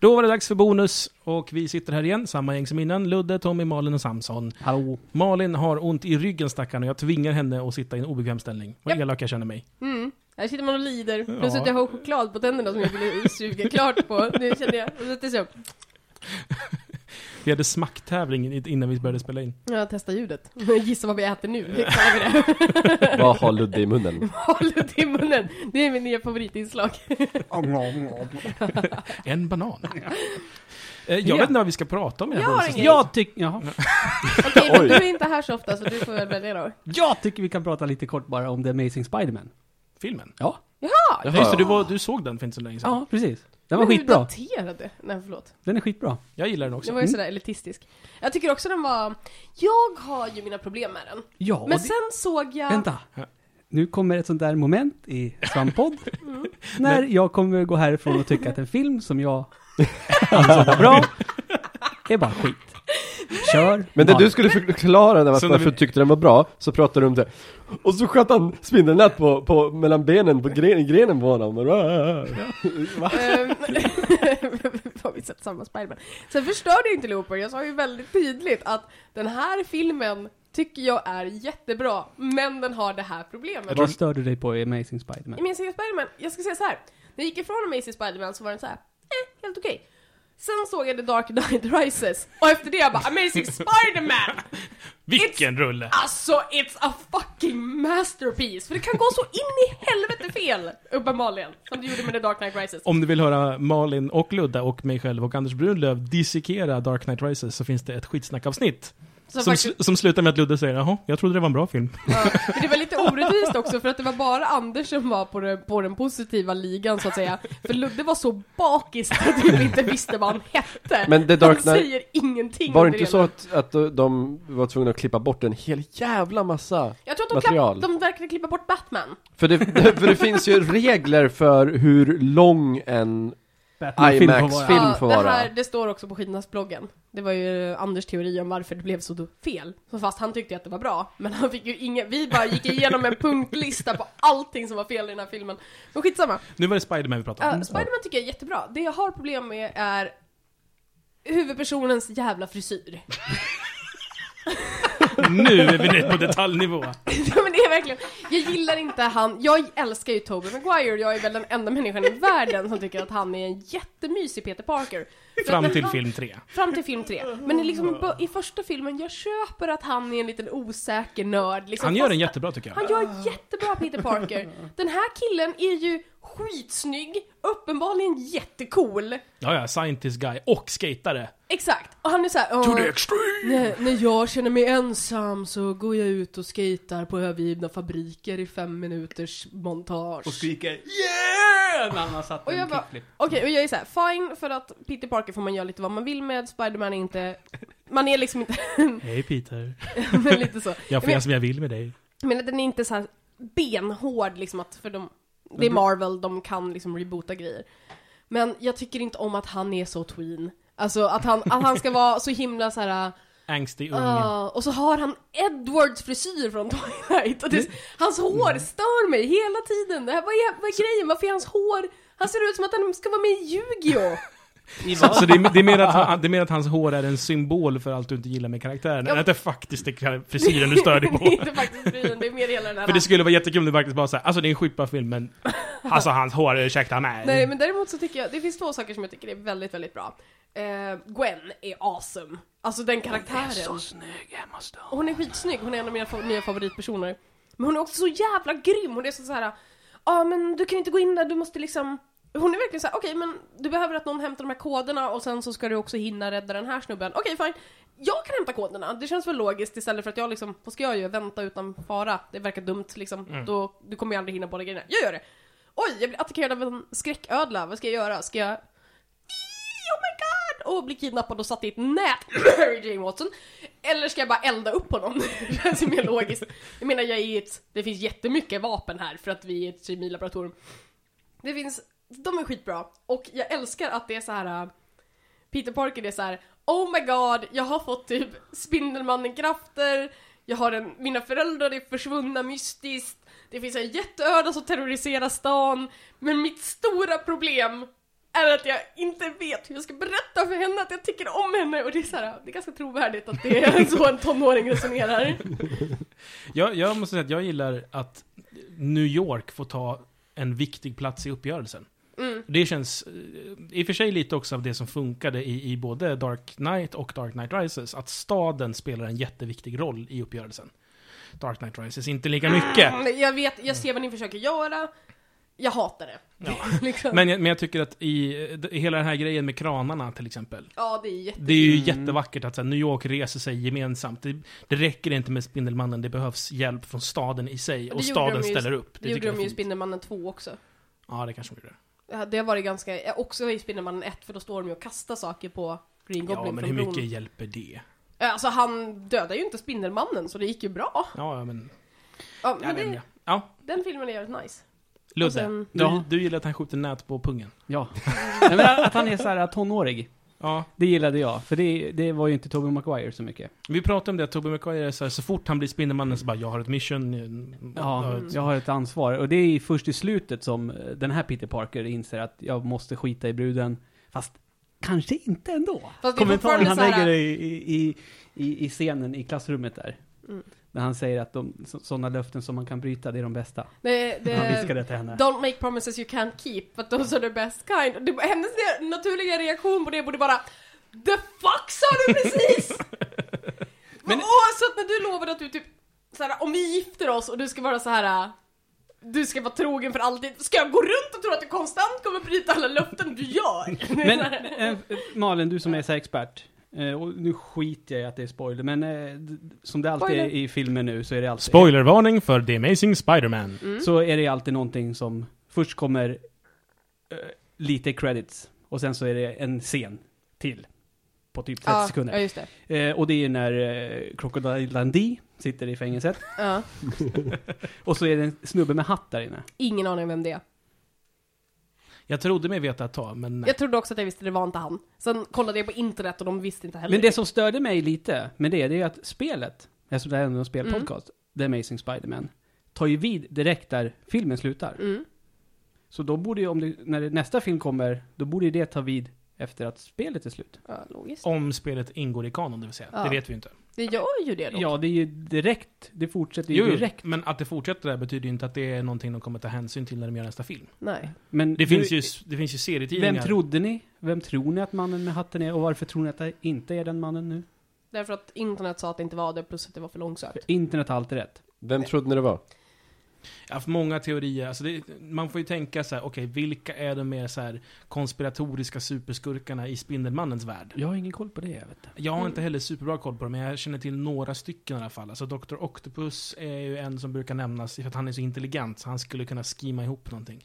Då var det dags för bonus och vi sitter här igen, samma gäng som innan. Ludde, Tommy, Malin och Samson. Hallå. Malin har ont i ryggen stackarn och jag tvingar henne att sitta i en obekväm ställning. Vad Japp. elak jag känner mig. Mm. Här sitter man och lider. Ja. Plus att jag har choklad på tänderna som jag ville suga klart på. Nu känner jag. Och så tills jag, Vi hade smacktävling in- innan vi började spela in. jag testar ljudet. Gissa vad vi äter nu. Exakt det. Vad har Ludde i munnen? Hållet i munnen. Det är min nya favoritinslag. En banan. Eh, Jag Ja. vet inte vad vi ska prata om i det här Jag har bonusen. ingen- Jag, tyck, jaha. Okej, men Oj. du är inte här så ofta så du får väl välja då. jag tycker vi kan prata lite kort bara om The Amazing Spider-Man. Filmen. Ja, Jaha! Ja, just det, du, var, du såg den för inte så länge sedan. ja precis. Den var Men du skitbra. Mm. daterade. Nej, förlåt. Den är skitbra. Jag gillar den Den också. var ju sådär elitistisk. Jag tycker också den var... Jag har ju mina problem med den. Ja, och Men det- sen såg jag... Vänta. Nu kommer ett sånt där moment i Svampodd. När jag kommer gå härifrån och tycka att en film som jag ansåg var bra är bara skit. Kör. Men det bara. du skulle förklara när Så varför när vi- du tyckte den var bra, så pratade du om det. Och så sköt han spindelnät på, på, mellan benen på gren, grenen på honom. Va? Ehm, Har vi sett samma Spiderman? Sen förstörde jag inte Looper, jag sa ju väldigt tydligt att den här filmen tycker jag är jättebra, men den har det här problemet. Vad störde dig på i Amazing Spider-Man? I min serie Spiderman, jag ska säga så här. när jag gick ifrån Amazing Spiderman så var den så här, eh, helt okej. Sen såg jag The Dark Knight Rises, och efter det jag bara Amazing Spiderman! Mm. Vilken rulle! Alltså, it's a fucking masterpiece! För det kan gå så in i helvete fel, uppenbarligen, som det gjorde med The Dark Knight Rises. Om du vill höra Malin och Ludda och mig själv och Anders Brunlöv dissekera Dark Knight Rises så finns det ett skitsnackavsnitt. Så Som, faktiskt- sl- som slutar med att Ludde säger jaha, jag trodde det var en bra film. Ja, men det var lite orättvist också för att det var bara Anders som var på, den- på den positiva ligan så att säga. För Ludde var så bakis att han typ inte visste vad han hette. Men The Dark Han Knight- säger ingenting Var det under inte så hela- att, att eh, de var tvungna att klippa bort en hel jävla massa? Jag tror att de, material? klapp, de verkade klippa bort Batman. För det, för det finns ju regler för hur lång en Batman-film får vara. IMAX-film får det, vara. här, det står också på skidnadsbloggen. Det var ju Anders teori om varför det blev så då- fel. Så fast han tyckte ju att det var bra. Men han fick ju ingen, vi bara gick igenom en punktlista på allting som var fel i den här filmen. Men skitsamma. Nu var det Spiderman vi pratade om. Uh, Spiderman tycker jag är jättebra. Det jag har problem med är huvudpersonens jävla frisyr. Nu är vi nere på detaljnivå. ja, men det är verkligen, jag gillar inte han, jag älskar ju Tobey Maguire, jag är väl den enda människan i världen som tycker att han är en jättemysig Peter Parker. För att Fram när till han- film tre. Fram till film tre. Men det är liksom, i bo- i första filmen, jag köper att han är en liten osäker nörd. Liksom, Han gör fast- den jättebra tycker jag. Han gör jättebra Peter Parker. Den här killen är ju skitsnygg, uppenbarligen jättecool. Ja, ja, scientist guy och skatare. Exakt, och han är såhär To the extreme! När, när jag känner mig ensam så går jag ut och skejtar på övergivna fabriker i fem minuters montage. Och skriker yeah! När han har satt Och jag en bara, kickflip. okej, och jag är såhär, fine för att Peter Parker får man göra lite vad man vill med, Spiderman är inte, man är liksom inte, Hej Peter. men lite så. Jag får göra som jag vill med dig. Men den är inte så här benhård liksom att, för de, det är Marvel, de kan liksom reboota grejer. Men jag tycker inte om att han är så tween. Alltså att han, att han ska vara så himla så här. Angstig ung. Ja, och så har han Edwards frisyr från Twilight. Och det, hans hår stör mig hela tiden. Det här, vad, är, vad är grejen? Varför är hans hår... Han ser ut som att han ska vara med i Yu-Gi-Oh! Så det är, det, är mer att han, det är mer att hans hår är en symbol för allt du inte gillar med karaktären, Ja. än att det faktiskt är kar- frisyren du stör dig det är på. inte faktiskt frisyren, det är mer hela den här... För det skulle vara jättekul om du faktiskt bara såhär, alltså det är en skitbra film men, alltså hans hår, ursäkta mig. Nej, men däremot så tycker jag... Det finns två saker som jag tycker är väldigt, väldigt bra. Eh, Gwen är awesome. Alltså den karaktären. Hon är så snygg, Emma Hon är skitsnygg, hon är en av mina fa- nya favoritpersoner. Men hon är också så jävla grym, hon är så så här. Ja men du kan inte gå in där, du måste liksom Hon är verkligen så här: okej men du behöver att någon hämtar de här koderna och sen så ska du också hinna rädda den här snubben. Okej fine, jag kan hämta koderna, det känns väl logiskt istället för att jag liksom, vad ska jag göra? Vänta utan fara? Det verkar dumt liksom, då, du kommer ju aldrig hinna båda grejerna. Jag gör det! Oj, jag blir attackerad av en skräcködla, vad ska jag göra? Ska jag oh my god! Och bli kidnappad och satt i ett nät, Jane Watson. Eller ska jag bara elda upp honom? det känns ju mer logiskt. Jag menar, jag är i ett, det finns jättemycket vapen här för att vi är ett kemilaboratorium. Det finns, de är skitbra. Och jag älskar att det är så här. äh, Peter Parker det är så här. Oh my god, jag har fått typ Spindelmannen-krafter. Jag har en, mina föräldrar är försvunna mystiskt. Det finns en jätteöda som terroriserar stan. Men mitt stora problem är att jag inte vet hur jag ska berätta för henne att jag tycker om henne och det är så här, det är ganska trovärdigt att det är så en tonåring resonerar. Jag, jag måste säga att jag gillar att New York får ta en viktig plats i uppgörelsen. Mm. Det känns, eh, i och för sig lite också av det som funkade i, i både Dark Knight och Dark Knight Rises, att staden spelar en jätteviktig roll i uppgörelsen. Dark Knight Rises inte lika mycket, Men Mm, Jag vet, jag ser vad ni försöker göra. Jag hatar det. Ja. liksom. men jag, men jag tycker att i, eh, d- hela den här grejen med kranarna till exempel, Ja, det är jätte... det är ju Mm. jättevackert att så här, New York reser sig gemensamt. Det, det räcker inte med Spindelmannen, det behövs hjälp från staden i sig. Det Och gjorde staden de ju- ställer upp. Det tycker gjorde jag är de ju i fint. Spindelmannen 2 också. Ja, det kanske de gjorde. Det har- Det har varit ganska, eh, också i Spindelmannen 1 för då står de ju och kastar saker på Green Goblin Ja, men hur från mycket bron. hjälper det? Eh, Alltså han dödar ju inte Spindelmannen så det gick ju bra. Ja, ja, men... Ja, Ja, men men det, ja. ja. den filmen är jävligt nice. Ludde, Och sen- du, Ja. du gillar att han skjuter nät på pungen. Ja. Nej, men att han är så här tonårig. Ja. Det gillade jag, för det, det var ju inte Tobey Maguire så mycket. Vi pratade om det, att Tobey Maguire är så här, så fort han blir Spindelmannen så bara jag har ett mission. eh, Ja, eh, jag har ett ansvar. Och det är först i slutet som eh, den här Peter Parker inser att jag måste skita i bruden. Fast kanske inte ändå. det är Kommentaren fortfarande han så här- lägger i, i, i, i scenen i klassrummet där. Mm. När han säger att de, så, sådana löften som man kan bryta, det är de bästa. Det, Han det, viskar det till henne. Don't make promises you can't keep, but those are the best kind. Det, hennes naturliga reaktion på det borde vara The fuck sa du precis? Men... Åh, så att när du lovade att du typ, såhär, om vi gifter oss och du ska vara så här. Du ska vara trogen för alltid. Ska jag gå runt och tro att du konstant kommer bryta alla löften du gör? Men eh, Malin, du som är så här expert. eh, Och nu skiter jag i att det är spoiler, men eh, d- d- som det alltid är Spoiler. i filmer nu så är det alltid... Spoilervarning för The Amazing Spider-Man. Mm. så är det alltid någonting som först kommer eh, lite credits och sen så är det en scen till på typ 30 ja, sekunder. Ja, just det. Eh, och det är när eh, Crocodile Dundee sitter i fängelset Ja. och så är det en snubbe med hatt där inne. Ingen aning om vem det är. Jag trodde mig veta ett tag, men nej. Jag trodde också att jag visste det var inte han. Sen kollade jag på internet och de visste inte heller. Men det som störde mig lite med det, det är att spelet, eftersom det här är en spelpodcast, Mm. The Amazing Spider-Man, tar ju vid direkt där filmen slutar. Mm. Så då borde ju, om det, när det, nästa film kommer, då borde ju det ta vid efter att spelet är slut. Ja, logiskt. Om spelet ingår i kanon, det vill säga. Ja. Det vet vi ju inte. Det gör ju det dock. Ja, det är ju direkt, det fortsätter ju Jo, jo, direkt. men att det fortsätter där betyder ju inte att det är någonting de kommer ta hänsyn till när de gör nästa film. Nej. Men Det, du- finns, ju, s- det finns ju serietidningar. Vem trodde ni? Vem tror ni att mannen med hatten är? Och varför tror ni att det inte är den mannen nu? Därför att internet sa att det inte var det, plus att det var för För långsökt. internet har alltid rätt. Vem trodde ni det var? Jag har haft många teorier. Alltså det, man får ju tänka så här, okej, vilka är de mer så här konspiratoriska superskurkarna i Spindelmannens värld? Jag har ingen koll på det, jag vet Jag har inte heller superbra koll på dem, men jag känner till några stycken i alla fall. Alltså Dr. Octopus är ju en som brukar nämnas för att han är så intelligent, så han skulle kunna skima ihop någonting.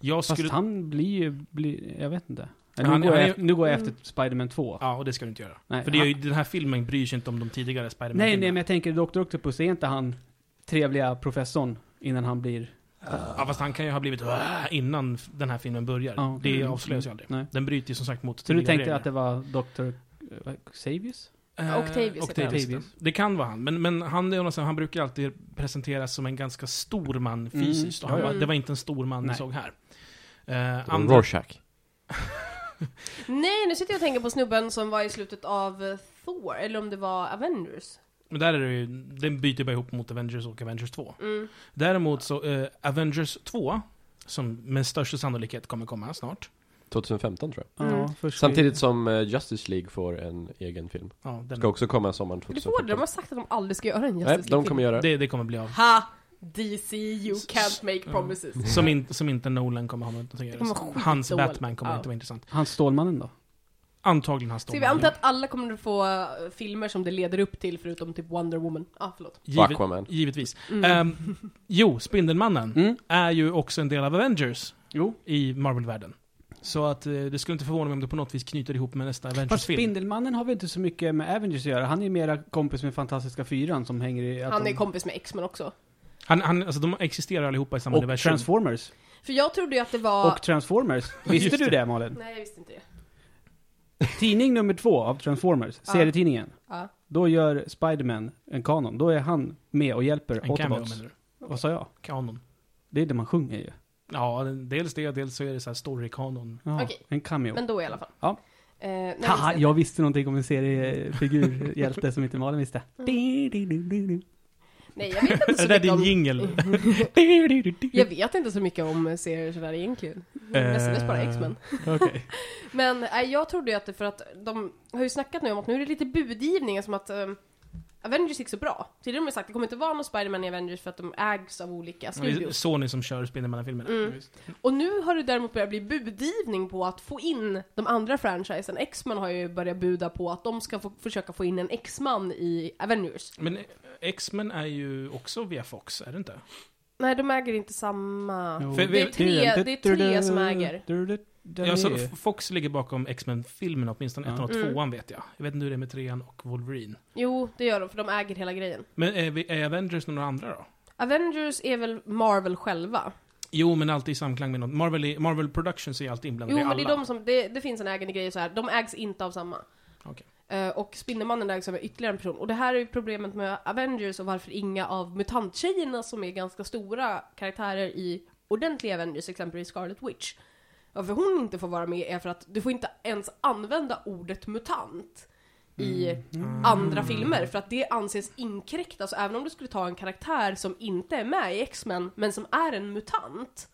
Jag Fast skulle... han blir ju, blir, jag vet inte. Nu, Han- går, han jag, är- efter- nu går jag Mm. efter Spiderman 2. Ja, och det ska du inte göra. Nej, för det är ju, han- den här filmen bryr sig inte om de tidigare spiderman nej, nej, men jag tänker Dr. Octopus, är inte han trevliga professorn innan han blir... Ja, fast han kan ju ha blivit "Åh!" innan f- den här filmen börjar. Ja, okej. Det avslöjas ju aldrig. Nej. Den bryter ju som sagt mot Så du tidigare tänkte regler. att det var Dr. eh, Xavius? Eh, Octavius heter Octavius. han. Det kan vara han, men, men han, är ju någon sån- han brukar alltid presenteras som en ganska stor man fysiskt. Och han, Mm. Ja, ja. var- Det var inte en stor man vi Nej. såg här. Eh, andra- Rorschach. Nej, nu sitter jag och tänker på snubben som var i slutet av eh, Thor, eller om det var Avengers. men där är det ju, den byter bara ihop mot Avengers och Avengers 2. Mm. Däremot så, eh, Avengers 2, som med största sannolikhet kommer komma snart. 2015 tror jag. Mm. Ja, först Samtidigt som eh, Justice League får en egen film. Ja, den, Ska också komma sommaren Det får 2015. det, de har sagt att de aldrig ska göra en Justice Nej, de kommer göra det. det, det kommer bli av. Ha! DC, you can't make promises. Som, in, som inte Nolan kommer ha med någonting att Det kommer göra. vara Så Hans skitdåligt. Batman kommer Ja. inte vara intressant. Han Stålmannen då? Antagligen hans Ska vi anta att alla kommer att få eh, filmer som det leder upp till, förutom typ Wonder Woman? Ja, ah, förlåt. Och Givet, Aquaman. givetvis. Mm. Ehm, jo, Spindelmannen Mm. är ju också en del av Avengers. Jo. i Marvel-världen. Så att eh, det skulle inte förvåna mig om det på något vis knyter ihop med nästa Fast Avengers-film. Spindelmannen har väl inte så mycket med Avengers att göra? Han är ju mera kompis med Fantastiska Fyran som hänger i... att Han är de- kompis med X-Men också. Han, han, alltså, de existerar allihopa i samma Och universum. Transformers. För jag trodde ju att det var... Och Transformers. Visste Just du det. det Malin? Nej, jag visste inte det. Tidning nummer två av Transformers, Ja. serietidningen. Ja. Då gör Spiderman en kanon. Då är han med och hjälper En cameo Autobots. menar du? Vad sa jag? Kanon. Det är det man sjunger ju. Ja, dels det, dels så är det så här story-kanon. Ja, Okej. en cameo. Men då i alla fall. Ja. Eh, nej, Haha, visst, jag visste någonting om en seriefigur, hjälte, som inte Malin visste. Nej, jag vet inte Det så där är mycket din om... jingel. Jag vet inte så mycket om serier sådär egentligen. Eh. Mestadels bara X-Men. Okej. Men nej, jag trodde ju att det för att de har ju snackat nu om att nu är det lite budgivning som att ehm, Avengers gick så bra. Tidigare har de ju sagt att det kommer inte vara någon Spider-Man i Avengers för att de ägs av olika Det är studios. Sony som kör Spindelmannen-filmerna. Mm. Och nu har det däremot börjat bli budgivning på att få in de andra franchisen. X-Man har ju börjat buda på att de ska få, försöka få in en X-Man i Avengers. Men eh, X-Men är ju också via Fox, är det inte? Nej, de äger inte samma... Jo. För- Det är tre, det är tre som äger. Ja, så F- Fox ligger bakom X-Men-filmerna, åtminstone Ja. ettan och Mm. tvåan vet jag. Jag vet inte hur det är med trean och Wolverine. Jo, det gör de för de äger hela grejen. Men är, vi, är Avengers några andra då? Avengers är väl Marvel själva? Jo, men alltid i samklang med något. Marvel, är- Marvel Productions är alltid Jo, inblandade i men det är alla. de som, det, det finns en ägande grej så här. de ägs inte av samma. Okej. Eh, och Spindelmannen ägs av ytterligare en person. Och det här är ju problemet med Avengers och varför inga av mutanttjejerna som är ganska stora karaktärer i ordentliga Avengers, exempelvis Scarlet Witch. Varför hon inte får vara med är för att du får inte ens använda ordet mutant i andra filmer för att det anses inkräkta. Så även om du skulle ta en karaktär som inte är med i X-Men men som är en mutant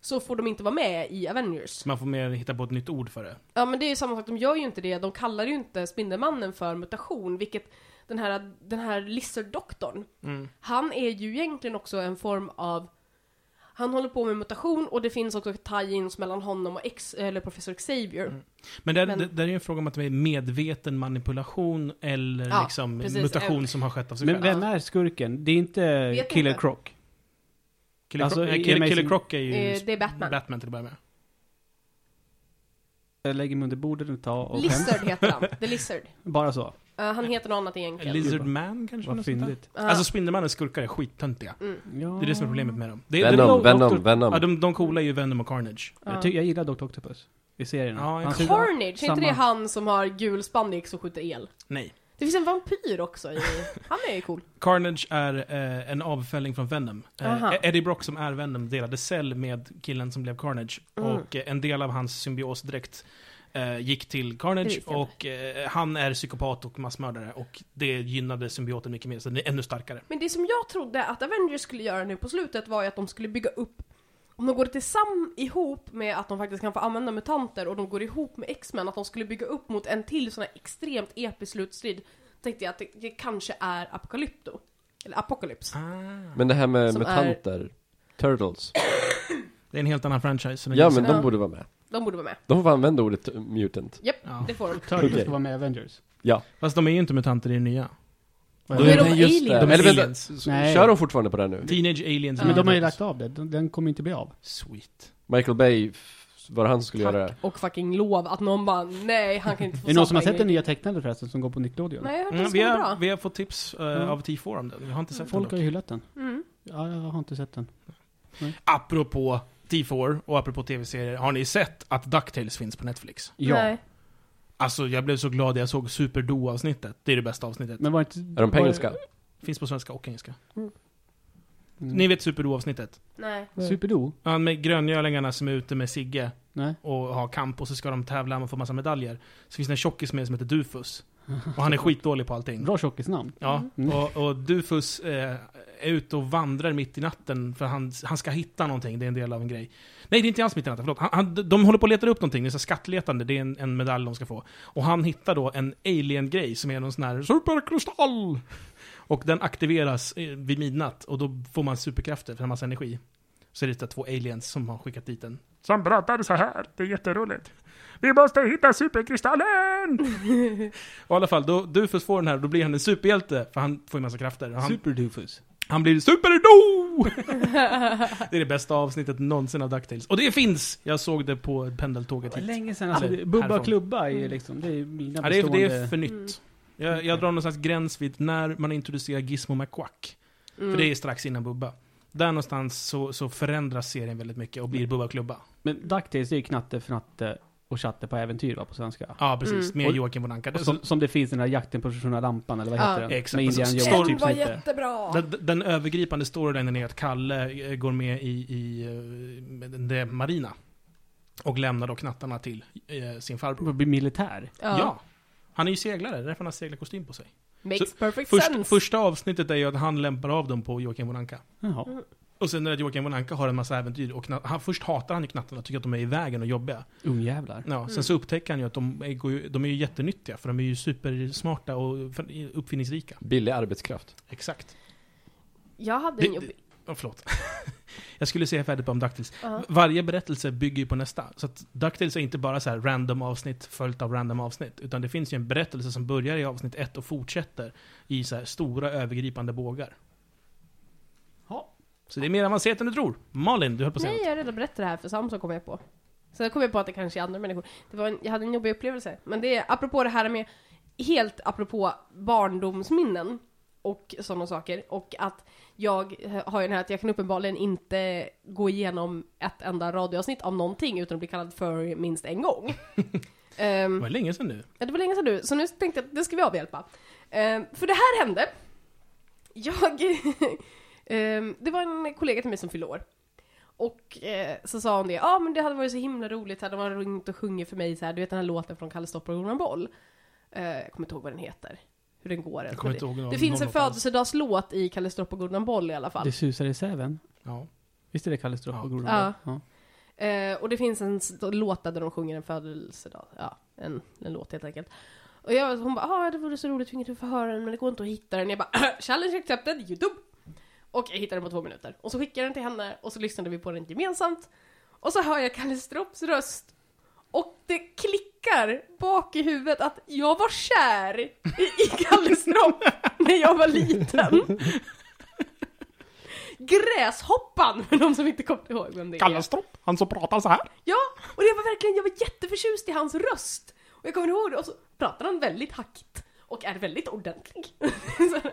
så får de inte vara med i Avengers. Så man får mer hitta på ett nytt ord för det. Ja men det är ju samma sak, de gör ju inte det. De kallar ju inte Spindelmannen för mutation, vilket den här, den här lizarddoktorn, Mm. han är ju egentligen också en form av han håller på med mutation och det finns också tie-ins mellan honom och ex, eller professor Xavier. Mm. Men där, Men- där är ju en fråga om att det är medveten manipulation eller Ja, liksom precis. mutation som har skett av sig Men själv. vem är skurken? Det är inte Vet Killer inte. Croc? Killer, alltså, Croc, eh, i Killer, Amazing- Killer Croc är ju Eh, det är Batman. Batman till att börja med. Jag lägger mig under bordet ett tag och skäms. Lizard heter han, The Lizard. Bara så. Eh, han heter något annat egentligen. Lizard Man kanske? Vad något sånt där? fyndigt. Eh, Alltså Spindelmannens skurkar är skittöntiga. Ja. Det är Mm. det som är problemet med dem. Det är, Venom, de, Venom, Venom. Ja, de, de coola är ju Venom och Carnage. Jag, ty- jag gillar Dr. Octopus. I serierna. Ja, Han ser- Carnage, är Samma. inte det han som har gul spandex och skjuter el? Nej. Det finns en vampyr också i... Han är ju cool. Carnage är eh, en avfälling från Venom. Eh, Aha. Eddie Brock som är Venom delade cell med killen som blev Carnage. Mm. Och eh, en del av hans symbiosdräkt eh, gick till Det Carnage. visste jag Och eh, han är psykopat och massmördare. Och det gynnade symbioten mycket mer, så den är ännu starkare. Men det som jag trodde att Avengers skulle göra nu på slutet var ju att de skulle bygga upp om de går tillsammans ihop med att de faktiskt kan få använda mutanter och de går ihop med X-Men, att de skulle bygga upp mot en till sån här extremt episk slutstrid. Tänkte jag att det, det kanske är Apocalypto. Eller Apocalypse. Men det här med Som mutanter, turtles. Det är en helt annan franchise. Ja men Ja. de borde vara med. De borde vara med. De får använda ordet eh, mutant. Japp, Ja. det får de. Turtles Okej. ska vara med i Avengers. Fast de är ju inte mutanter i det nya. Vad Då är är det? de aliens. det. De är Eller vänta, aliens. s- Nej. kör de fortfarande på det här nu? Teenage Aliens. Men de har ju Mutantes. lagt av det. Den, den kommer inte bli av. Sweet. Michael Bay, f- var det han som skulle göra det? Tack och fucking lov att någon bara nej, han kan inte få Är det någon som har samma sett den grej. nya tecknade förresten som går på Nickelodeon? Nej, jag hörde Mm, att vi, den ska har, vara bra. vi har fått tips eh, Mm. av T4 om den. Jag har inte sett Folk har den. ju dock. hyllat den. Mm. Ja, jag har inte sett den. Apropå T4 och apropå tv-serier, har ni sett att DuckTales finns på Netflix? Ja. Nej. Alltså jag blev så glad jag såg Superdo-avsnittet. Det är det bästa avsnittet. Men var inte... Är de på engelska? Finns på svenska och engelska. Mm. Ni vet Superdo-avsnittet? Nej. Superdo? Han med gröngölingarna som är ute med Sigge Nej. och har kamp och så ska de tävla och få massa medaljer. Så finns det en tjockis med som heter Dufus. Och han är skitdålig på allting. Bra tjockisnamn. Ja, Mm. och, och Dufus eh, är ute och vandrar mitt i natten för han, han ska hitta någonting, det är en del av en grej. Nej, det är inte alls mitt i natten, förlåt. Han, han, de håller på att leta upp någonting, det är så här skattletande, det är en, en medalj de ska få. Och han hittar då en alien-grej som är någon sån här superkristall! Och den aktiveras eh, vid midnatt och då får man superkrafter för en massa energi. Så är det typ två aliens som har skickat dit den. Som pratar så här, det är jätteroligt. Vi måste hitta superkristallen! Och I alla fall, då Dufus får den här, då blir han en superhjälte, för han får ju massa krafter. Och Han, Superdufus. han blir SuperDo! det är det bästa avsnittet någonsin av DuckTales. Och det finns! Jag såg det på pendeltåget Det var hit. länge sedan alltså. Eller Bubba härifrån. Klubba är ju liksom, det är mina Ja, det, är, bestående... Mm. det är för nytt. Jag, jag drar någon slags gräns vid när man introducerar Gizmo McQuack. Mm. För det är strax innan Bubba. Där någonstans så, så förändras serien väldigt mycket och blir Bubba Klubba. Men DuckTales är ju knatte fnatte och chatte på äventyr va, på svenska. Ja, precis. Mm. Med Och- Joakim von Anka. Och som, som det finns den här jakten på den här lampan eller vad Ja. heter den? Exakt. Med Indian Den Jones var typ som heter. jättebra! Den, den övergripande storyn är att Kalle eh, går med i, i eh, det marina. Och lämnar då knattarna till eh, sin farbror. Blir militär. Ja. Han är ju seglare, därför han har seglarkostym på sig. Makes perfect Först, sense! första avsnittet är ju att han lämpar av dem på Joakim von Anka. Jaha. Och sen är det att Joakim von Anka har en massa äventyr. Och kna- han, först hatar han ju knattarna och tycker att de är i vägen och jobbiga. Ungjävlar. Ja, Sen så upptäcker han ju att de är, går ju- de är ju jättenyttiga, för de är ju supersmarta och för- uppfinningsrika. Billig arbetskraft. Exakt. Jag hade en Det- jobbig... Oh, förlåt. Jag skulle säga färdigt om Dactyls. Ja. Varje berättelse bygger ju på nästa. Så att DuckTales är inte bara så här random avsnitt följt av random avsnitt. Utan det finns ju en berättelse som börjar i avsnitt ett och fortsätter i så här stora övergripande bågar. Ja. Så det är mer avancerat än du tror. Malin, du höll på att säga Nej, något. jag har redan berättat det här för Samson kom jag på. Sen kom jag på att det kanske är andra människor. Det var en, jag hade en jobbig upplevelse. Men det är apropå det här med, helt apropå barndomsminnen och sådana saker. Och att jag har ju den här att jag kan uppenbarligen inte gå igenom ett enda radioavsnitt av någonting utan att bli kallad för minst en gång. Ehm, Det var länge sedan nu. Ja, det var länge sedan nu, så nu tänkte jag att det ska vi avhjälpa. Eh, för det här hände. Jag... ehm, det var en kollega till mig som fyllde år. Och eh, så sa hon det, ja ah, men det hade varit så himla roligt, så här, de har ringt och sjungit för mig så här, du vet den här låten från Kalle Stopper och Ronan Boll. Eh, jag kommer inte ihåg vad den heter, hur den går. Jag kommer inte ihåg någon- det finns någon en låt alls. födelsedagslåt i Kalle Stropp och Gordon Boll i alla fall. Det susar i säven. Ja. Visst är det Kalle Stropp Ja. och Gordon Ja. Boll? Ja. Eh, och det finns en s- låt där de sjunger en födelsedag, ja, en, en låt helt enkelt. Och jag, hon bara ah, det vore så roligt, fick inte få höra den men det går inte att hitta den. Jag bara "Äh, challenge accepted, youtube! Och jag hittade den på två minuter. Och så skickade jag den till henne och så lyssnade vi på den gemensamt. Och så hör jag Kalle Stropps röst. Och det klickar bak i huvudet att jag var kär i- i Kalle Stropp när jag var liten. Gräshoppan, för de som inte kommer ihåg vem det är. Stropp, han som pratar så här. Ja, och det var verkligen, jag var jätteförtjust i hans röst. Och jag kommer ihåg det, och så pratar han väldigt hackigt. Och är väldigt ordentlig. Så-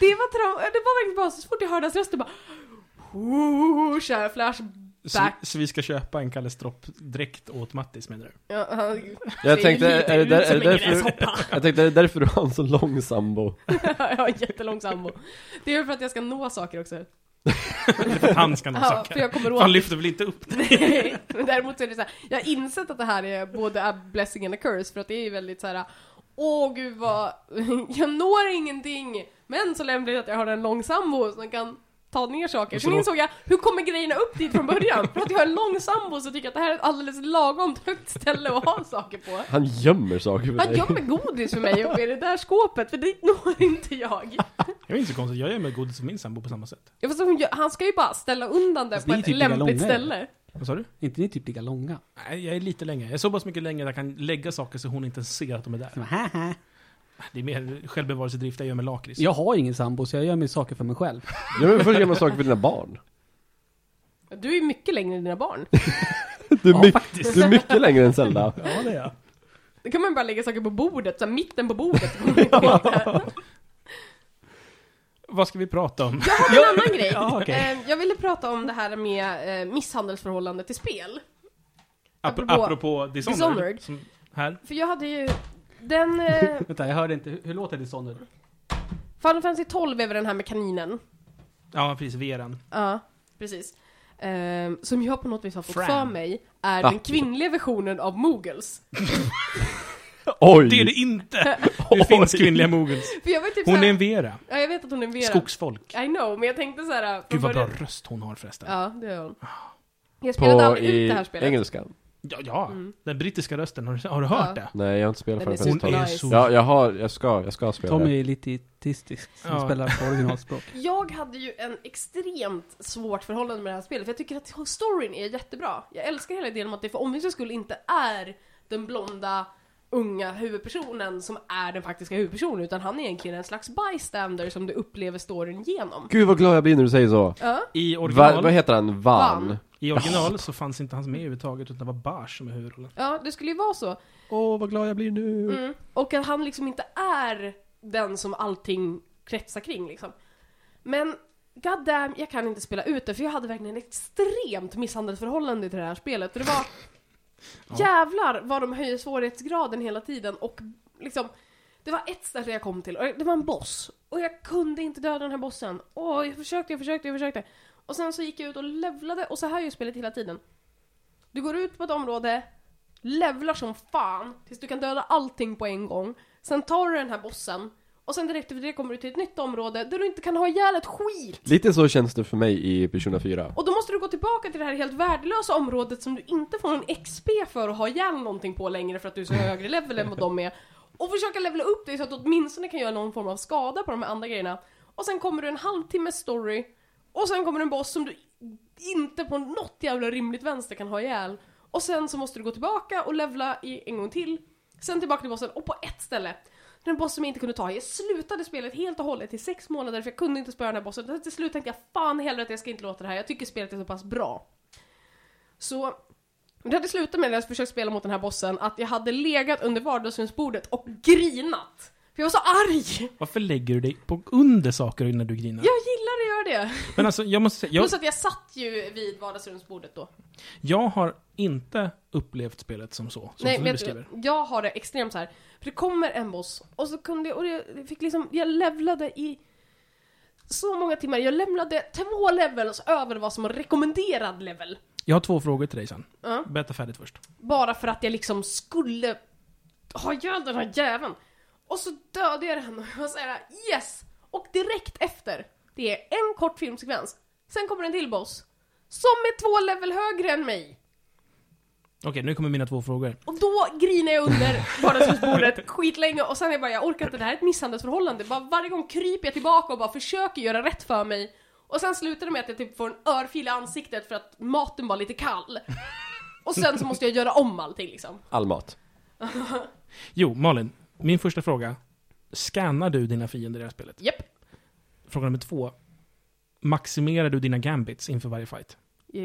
det var tra- det var verkligen bara så fort jag hörde hans röst, det bara... "Ooh, Kär Så, flashback. så vi ska köpa en Kalle Stropp-dräkt åt Mattis menar du? Ja, han- Jag Ser tänkte, lite är det, där, ut Alltså, som är det en därför, gräshoppa. jag tänkte, är det därför du har en så lång sambo? jag har en jättelång sambo. Det är väl för att jag ska nå saker också. Eller för att han ska nå Ja, för saker. jag kommer åt Han lyfter väl inte upp det? Nej, men däremot så är det så här, jag har insett att det här är både a blessing and a curse för att det är ju väldigt så här. Åh gud vad, jag når ingenting men så lämpligt att jag har en lång sambo som kan ta ner saker. Och så Sen lå- insåg jag, hur kommer grejerna upp dit från början? För att jag har en lång sambo så tycker jag att det här är ett alldeles lagom högt ställe att ha saker på. Han gömmer saker för Han dig. gömmer godis för mig uppe i det där skåpet för dit når inte jag. Det är inte så konstigt, jag gör med godis som min sambo på samma sätt. Ja, fast hon gör- Han ska ju bara ställa undan det Fast på ni är ett typ lika lämpligt långa, ställe. Vad sa du? Inte ni typ lika långa? Nej, jag är lite längre. Jag är så pass mycket längre att jag kan lägga saker så hon inte ens ser att de är där. Så, haha. Det är mer självbevarelsedrift jag gör med lakrits. Jag har ingen sambo så jag gör mig saker för mig själv. Ja, men varför gör man saker för dina barn? Du är ju mycket längre än dina barn. Du är, Ja, mycket- faktiskt. du är mycket längre än Zelda. Ja, det är jag. Då kan man bara lägga saker på bordet, så här, mitten på bordet. jag Vad ska vi prata om? har en annan grej. Ja, okej. Eh, Jag ville prata om det här med eh, misshandelsförhållande till spel. Apropå, apropå- apropå Dishonored. Dishonored. Som, här. För jag hade ju den... Eh, Vänta, jag hörde inte. Hur, hur låter Dishonored? Final Fantasy 12 är väl den här med kaninen? Ja, precis. Veran. Ja, precis. Eh, som jag på något vis har fått Fran. för mig är Ah. den kvinnliga versionen av Moogles. Oj! Det är det inte! Det finns kvinnliga moguls. För jag var ju typ Hon såhär, är en Vera. Ja, jag vet att hon är en vera. Skogsfolk. I know, men jag tänkte såhär... från Gud vad bra början- röst hon har förresten. Ja, Ja, det är hon. Jag spelade Ah. På aldrig ut i det här spelet. engelskan? ja, Mm. den brittiska rösten. Har, du- har du hört Ja. det? Nej, jag har inte spelat Den är Final Fantasy Hon är 12. Nice. så... Ja, jag har, jag ska, jag ska spela Tommy det. är lite autistisk som Ja. spelar på originalspråk. Jag hade ju en extremt svårt förhållande med det här spelet, för jag tycker att storyn är jättebra. Jag älskar hela idén om att det för omväxlings skull inte är den blonda, unga huvudpersonen som är den faktiska huvudpersonen, utan han är egentligen en slags bystander som du upplever storyn genom. Gud vad glad jag blir när du säger så. Ja, I Va, original, vad heter han? Van? Van. I original så fanns inte hans med överhuvudtaget, utan det var Bars som är huvudrollen. ja det skulle ju vara så. Åh, vad glad jag blir nu. Mm. Och att han liksom inte är den som allting kretsar kring liksom. Men God damn, jag kan inte spela ut det för jag hade verkligen ett extremt misshandelsförhållande till det här spelet. Och det var... Ja. Jävlar vad de höjer svårighetsgraden hela tiden och liksom... Det var ett ställe jag kom till och det var en boss. Och jag kunde inte döda den här bossen. Åh, jag försökte, jag försökte, jag försökte. Och sen så gick jag ut och levlade och så här är ju spelet hela tiden. Du går ut på ett område, levlar som fan tills du kan döda allting på en gång. Sen tar du den här bossen och sen direkt efter det kommer du till ett nytt område där du inte kan ha ihjäl ett skit. Lite så känns det för mig i Persona 4. Och då måste du gå tillbaka till det här helt värdelösa området som du inte får någon XP för att ha ihjäl någonting på längre för att du är så högre level än vad de är. Och försöka levela upp dig så att du åtminstone kan göra någon form av skada på de här andra grejerna. Och sen kommer du en halvtimme story och sen kommer en boss som du inte på något jävla rimligt vänster kan ha ihjäl. Och sen så måste du gå tillbaka och levla i en gång till. Sen tillbaka till bossen och på ett ställe. Den boss som jag inte kunde ta. Jag slutade spelet helt och hållet i sex månader för jag kunde inte spöa den här bossen. Så Till slut tänkte jag fan helvete jag ska inte låta det här. Jag tycker spelet är så pass bra. Så det hade slutat med när jag försökte spela mot den här bossen att jag hade legat under vardagsrumsbordet och grinat. För jag var så arg! Varför lägger du dig på under saker innan du grinar? Jag gillar att göra det. Men alltså, jag måste säga, jag, Plus att jag satt ju vid vardagsrumsbordet då. jag har inte upplevt spelet som så, som, som du vet beskriver. du, jag har det extremt så här. För det kommer en boss och så kunde jag, och jag fick liksom, jag levlade i så många timmar. Jag lämnade två levels över vad som var rekommenderad level. Jag har två frågor till dig sen. Ja. Berätta färdigt först. Bara för att jag liksom skulle ha ihjäl den här jäveln. Och så dödade jag den och jag var såhär yes! Och direkt efter, det är en kort filmsekvens, sen kommer en till boss. Som är två level högre än mig! Okej, nu kommer mina två frågor. Och då grinar jag under vardagsrumsbordet skitlänge och sen är jag bara jag orkar inte, det här är ett misshandelsförhållande. Bara varje gång kryper jag tillbaka och bara försöker göra rätt för mig. Och sen slutar det med att jag typ får en örfil i ansiktet för att maten var lite kall. Och sen så måste jag göra om allting liksom. All mat. Jo, Malin. Min första fråga. Scannar du dina fiender i det här spelet? Japp. Fråga nummer två. Maximerar du dina gambits inför varje fight? Eh,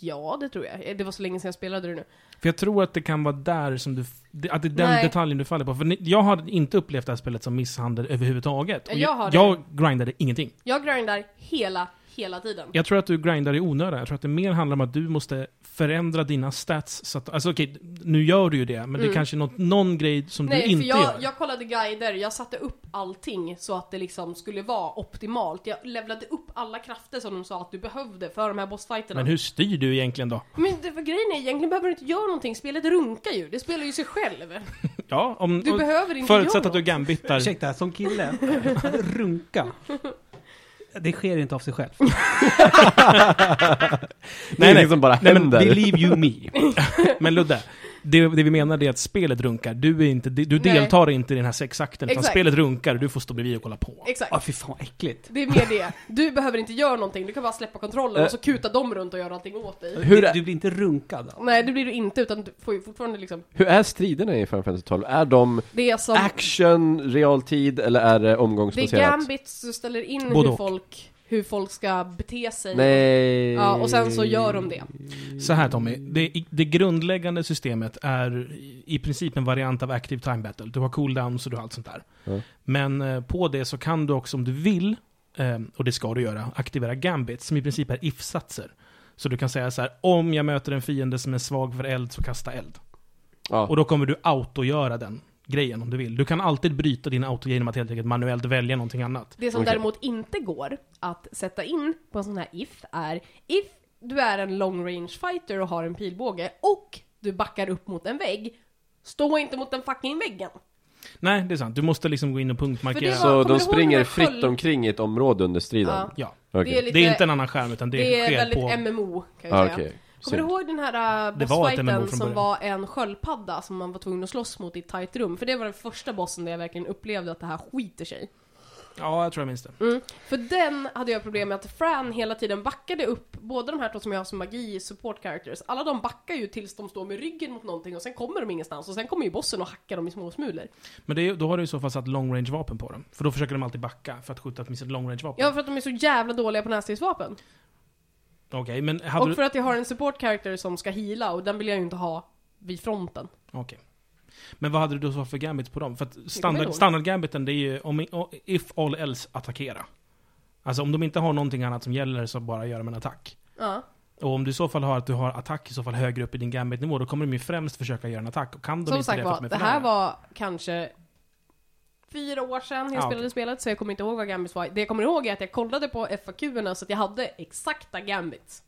ja, det tror jag. Eh, Det var så länge sedan jag spelade det nu. För jag tror att det kan vara där som du... Att det är den Nej. detaljen du faller på. För ni- jag har inte upplevt det här spelet som misshandel överhuvudtaget. Och Jag har det. jag grindade ingenting. Jag grindar hela, hela tiden. Jag tror att du grindar i onödan. Jag tror att det mer handlar om att du måste förändra dina stats. Så att, alltså okej, nu gör du ju det, men det Mm. är kanske något, någon grej som du Nej, inte för jag, gör. jag kollade guider, jag satte upp allting så att det liksom skulle vara optimalt. Jag levlade upp alla krafter som de sa att du behövde för de här bossfighterna. Men hur styr du egentligen då? Men det, för grejen är, egentligen behöver du inte göra någonting, spelet runkar ju. Det spelar ju sig själv. Ja, om, Du om, behöver inte göra förutsatt något. att du gambitar. Ursäkta, som kille. Runka. Det sker inte av sig själv. Nej, Nej, det nej. är liksom bara Nej, men händer. Believe you me. Men Ludde, det, det vi menar är att spelet runkar. Du, är inte, du Nej. deltar inte i den här sexakten, utan Exakt. spelet runkar och du får stå bredvid och kolla på. Exakt. Åh fy fan vad äckligt. Det är mer det. Du behöver inte göra någonting, du kan bara släppa kontrollen Eh. och så kutar de runt och gör allting åt dig. Hur du, är- du blir inte runkad. alltså. Nej, det blir du inte utan du får ju fortfarande liksom... Hur är striderna i Final Fantasy 12? Är de Det är som... action, realtid eller är det Det är omgångsbaserat? gambits, du ställer in Både hur och. folk, hur folk ska bete sig. Nej. Ja, och sen så gör de det. Så här Tommy, det, det grundläggande systemet är i- i princip en variant av Active Time Battle. Du har cooldowns och du har allt sånt där. Ja. Men eh, på det så kan du också om du vill, eh, och det ska du göra, aktivera gambits som i princip är if-satser. Så du kan säga så här, om jag möter en fiende som är svag för eld så kasta eld. Ja. Och då kommer du autogöra den grejen om du vill. Du kan alltid bryta din auto genom att helt enkelt manuellt välja någonting annat. Det som Okej. däremot inte går att sätta in på en sån här if är if du är en long range fighter och har en pilbåge och du backar upp mot en vägg, stå inte mot den fucking väggen. Nej, det är sant. Du måste liksom gå in och punktmarkera. var- Så kommer de du ihåg den springer här fritt sköld- omkring i ett område under striden? Ja. Ja. Okej. Det är lite, Det är inte en annan skärm, utan det, det är sker väldigt på... MMO kan jag Ah, säga. okej. Kommer du Synd. ihåg den här äh, Det var ett MMO bossfighten från som början. var en sköldpadda som man var tvungen att slåss mot i ett tajt rum? För det var den första bossen där jag verkligen upplevde att det här skiter sig. Ja, jag tror jag minns det. Mm. För den hade jag problem med att Fran hela tiden backade upp, både de här två som jag har som magi support characters, alla de backar ju tills de står med ryggen mot någonting och sen kommer de ingenstans och sen kommer ju bossen och hackar dem i små smulor. Men det är, då har du i så fall satt long range vapen på dem. För då försöker de alltid backa för att skjuta med sitt long range vapen. Ja, för att de är så jävla dåliga på närstridsvapen. Okej, men hade Och du... för att jag har en support character som ska heala och den vill jag ju inte ha vid fronten. Okej. Men vad hade du då så för gambit på dem? För att ihåg. standard, standardgambiten det är ju om, if all else attackera. Alltså om de inte har någonting annat som gäller så bara gör de en attack. Ja. Och om du i så fall har att du har attack i så fall högre upp i din gambit-nivå, då kommer de ju främst försöka göra en attack. Och kan de Som inte sagt det, för att de var, är det för här nära. var kanske fyra år sedan jag Ja, spelade okej. spelet, så jag kommer inte ihåg vad Gambit var. Det jag kommer ihåg är att jag kollade på FAQ-erna så att jag hade exakta Gambit.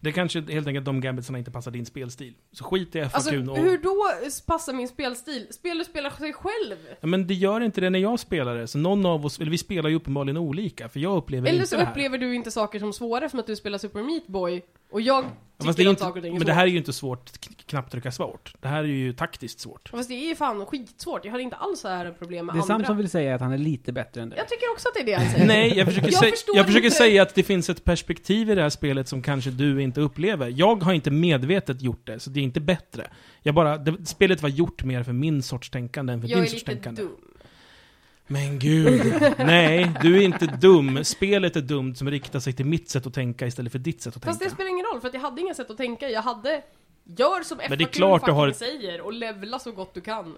Det kanske helt enkelt de gambitsarna inte passar din spelstil. Så skit i FAQ Alltså, och... hur då passar min spelstil? Spelet spelar sig själv! Ja, Men det gör inte det när jag spelar det, så någon av oss, eller vi spelar ju uppenbarligen olika, för jag upplever Eller inte så det här. upplever du inte saker som svåra som att du spelar Super Meat Boy och jag Ja, tycker Fast det är att inte, saker och ting är men det här är ju inte svårt, kn- knapptrycka svårt. Det här är ju taktiskt svårt. svårt. Fast det är ju fan skitsvårt, jag hade inte alls så här problem med Det är Sam andra. som vill säga att han är lite bättre än dig. Jag tycker också att det är det han säger. Nej, jag försöker, Jag säg, förstår jag försöker inte. säga att det finns ett perspektiv i det här spelet som kanske du inte upplever. Jag har inte medvetet gjort det, så det är inte bättre. Jag bara, det, spelet var gjort mer för min sorts tänkande än för jag din är sorts lite tänkande. dum. Men gud, nej, du är inte dum. Spelet är dumt som riktar sig till mitt sätt att tänka istället för ditt sätt att Fast det tänka. spelar ingen roll för att jag hade inga sätt att tänka, jag hade Gör som det är FAQ klart du fucking har- säger och levla så gott du kan.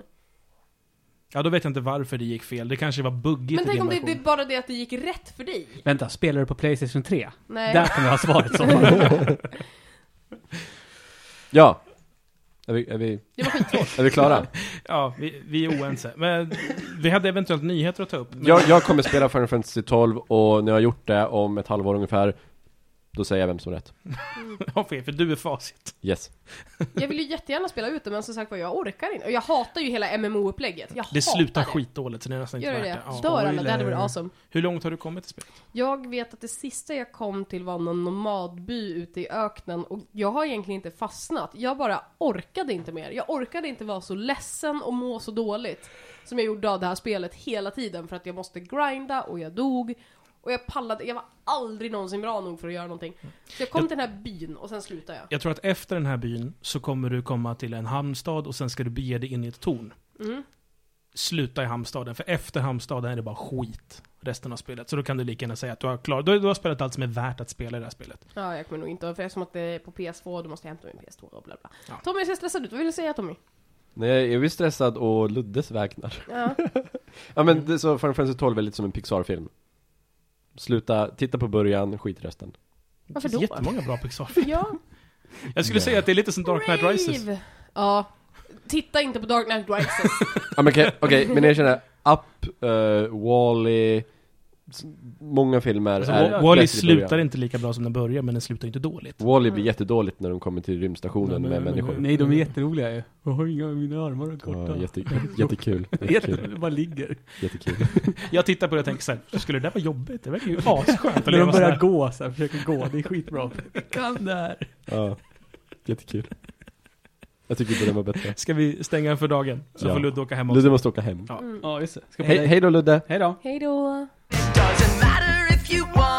Ja, då vet jag inte varför det gick fel. Det kanske var buggigt Men i tänk din om det, version. det är bara det att det gick rätt för dig. Vänta, spelar du på Playstation 3? Nej. Där kommer jag ha svaret som fan. Ja. Är vi, är vi, Det var skitsvårt. är vi klara? Ja, vi, vi är oense. Men vi hade eventuellt nyheter att ta upp. Men Jag, jag kommer spela Final Fantasy 12 och när jag har gjort det om ett halvår ungefär, då säger jag vem som har rätt. Ja, fel, för du är facit. Yes. Jag vill ju jättegärna spela ut det men som sagt var jag orkar inte. Och jag hatar ju hela MMO-upplägget. Jag Det hatar slutar skitdåligt, så det är nästan Gör inte det värt det? Ja. Dör alla, det hade Spoiler. varit awesome. Hur långt har du kommit i spelet? Jag vet att det sista jag kom till var någon nomadby ute i öknen och jag har egentligen inte fastnat. Jag bara orkade inte mer. Jag orkade inte vara så ledsen och må så dåligt som jag gjorde av det här spelet hela tiden för att jag måste grinda och jag dog. Och jag pallade, jag var aldrig någonsin bra nog för att göra någonting. Så jag kom Jag- till den här byn och sen slutade jag. Jag tror att efter den här byn så kommer du komma till en hamnstad och sen ska du bege dig in i ett torn. Mm. Sluta i hamnstaden, för efter hamnstaden är det bara skit. Resten av spelet. Så då kan du lika gärna säga att du har, klar, du, du har spelat allt som är värt att spela i det här spelet. Ja, jag kommer nog inte, för eftersom att det är på PS2 då måste jag hämta min PS2 och bla bla. Ja. Tommy ser stressad ut, vad vill du säga Tommy? Nej, jag är stressad och Luddes vägnar. Ja. Ja men det, så Final Fantasy 12 är lite som en Pixar-film. Sluta, titta på början, skit i resten. Varför Det då? finns Jättemånga bra Pixar. ja. Jag skulle säga att det är lite som Dark Knight Rises. Brave. Ja. Titta inte på Dark Knight Rises. Ja men okej, okej, men jag känner Up, uh, Wall-E, s- många filmer Alltså, är Wa- Wall-E bäst i början. slutar inte lika bra som den börjar, men den slutar inte dåligt. Wall-E blir jättedåligt när de kommer till rymdstationen Nej, med men- människor. men- Nej, de är jätteroliga ju. Jag har inga, mina armar är Ja, korta. jätte, jättekul, jättekul, Jätteroliga, bara ligger. jättekul. Jag tittar på det och tänker såhär, skulle det där vara jobbigt? Det verkar ju asskönt att När de leva börjar sådär. gå så här, försöker gå, det är skitbra. Jag kan det här. Ja, jättekul. Jag tycker början var bättre. Ska vi stänga för dagen? Så Ja. får Ludde åka hem också. Ludde måste åka hem. Ja. Mm. Ja, just det. Ska på Hej, dig. hej då Ludde! Hej då. Hej då. Doesn't matter if you want.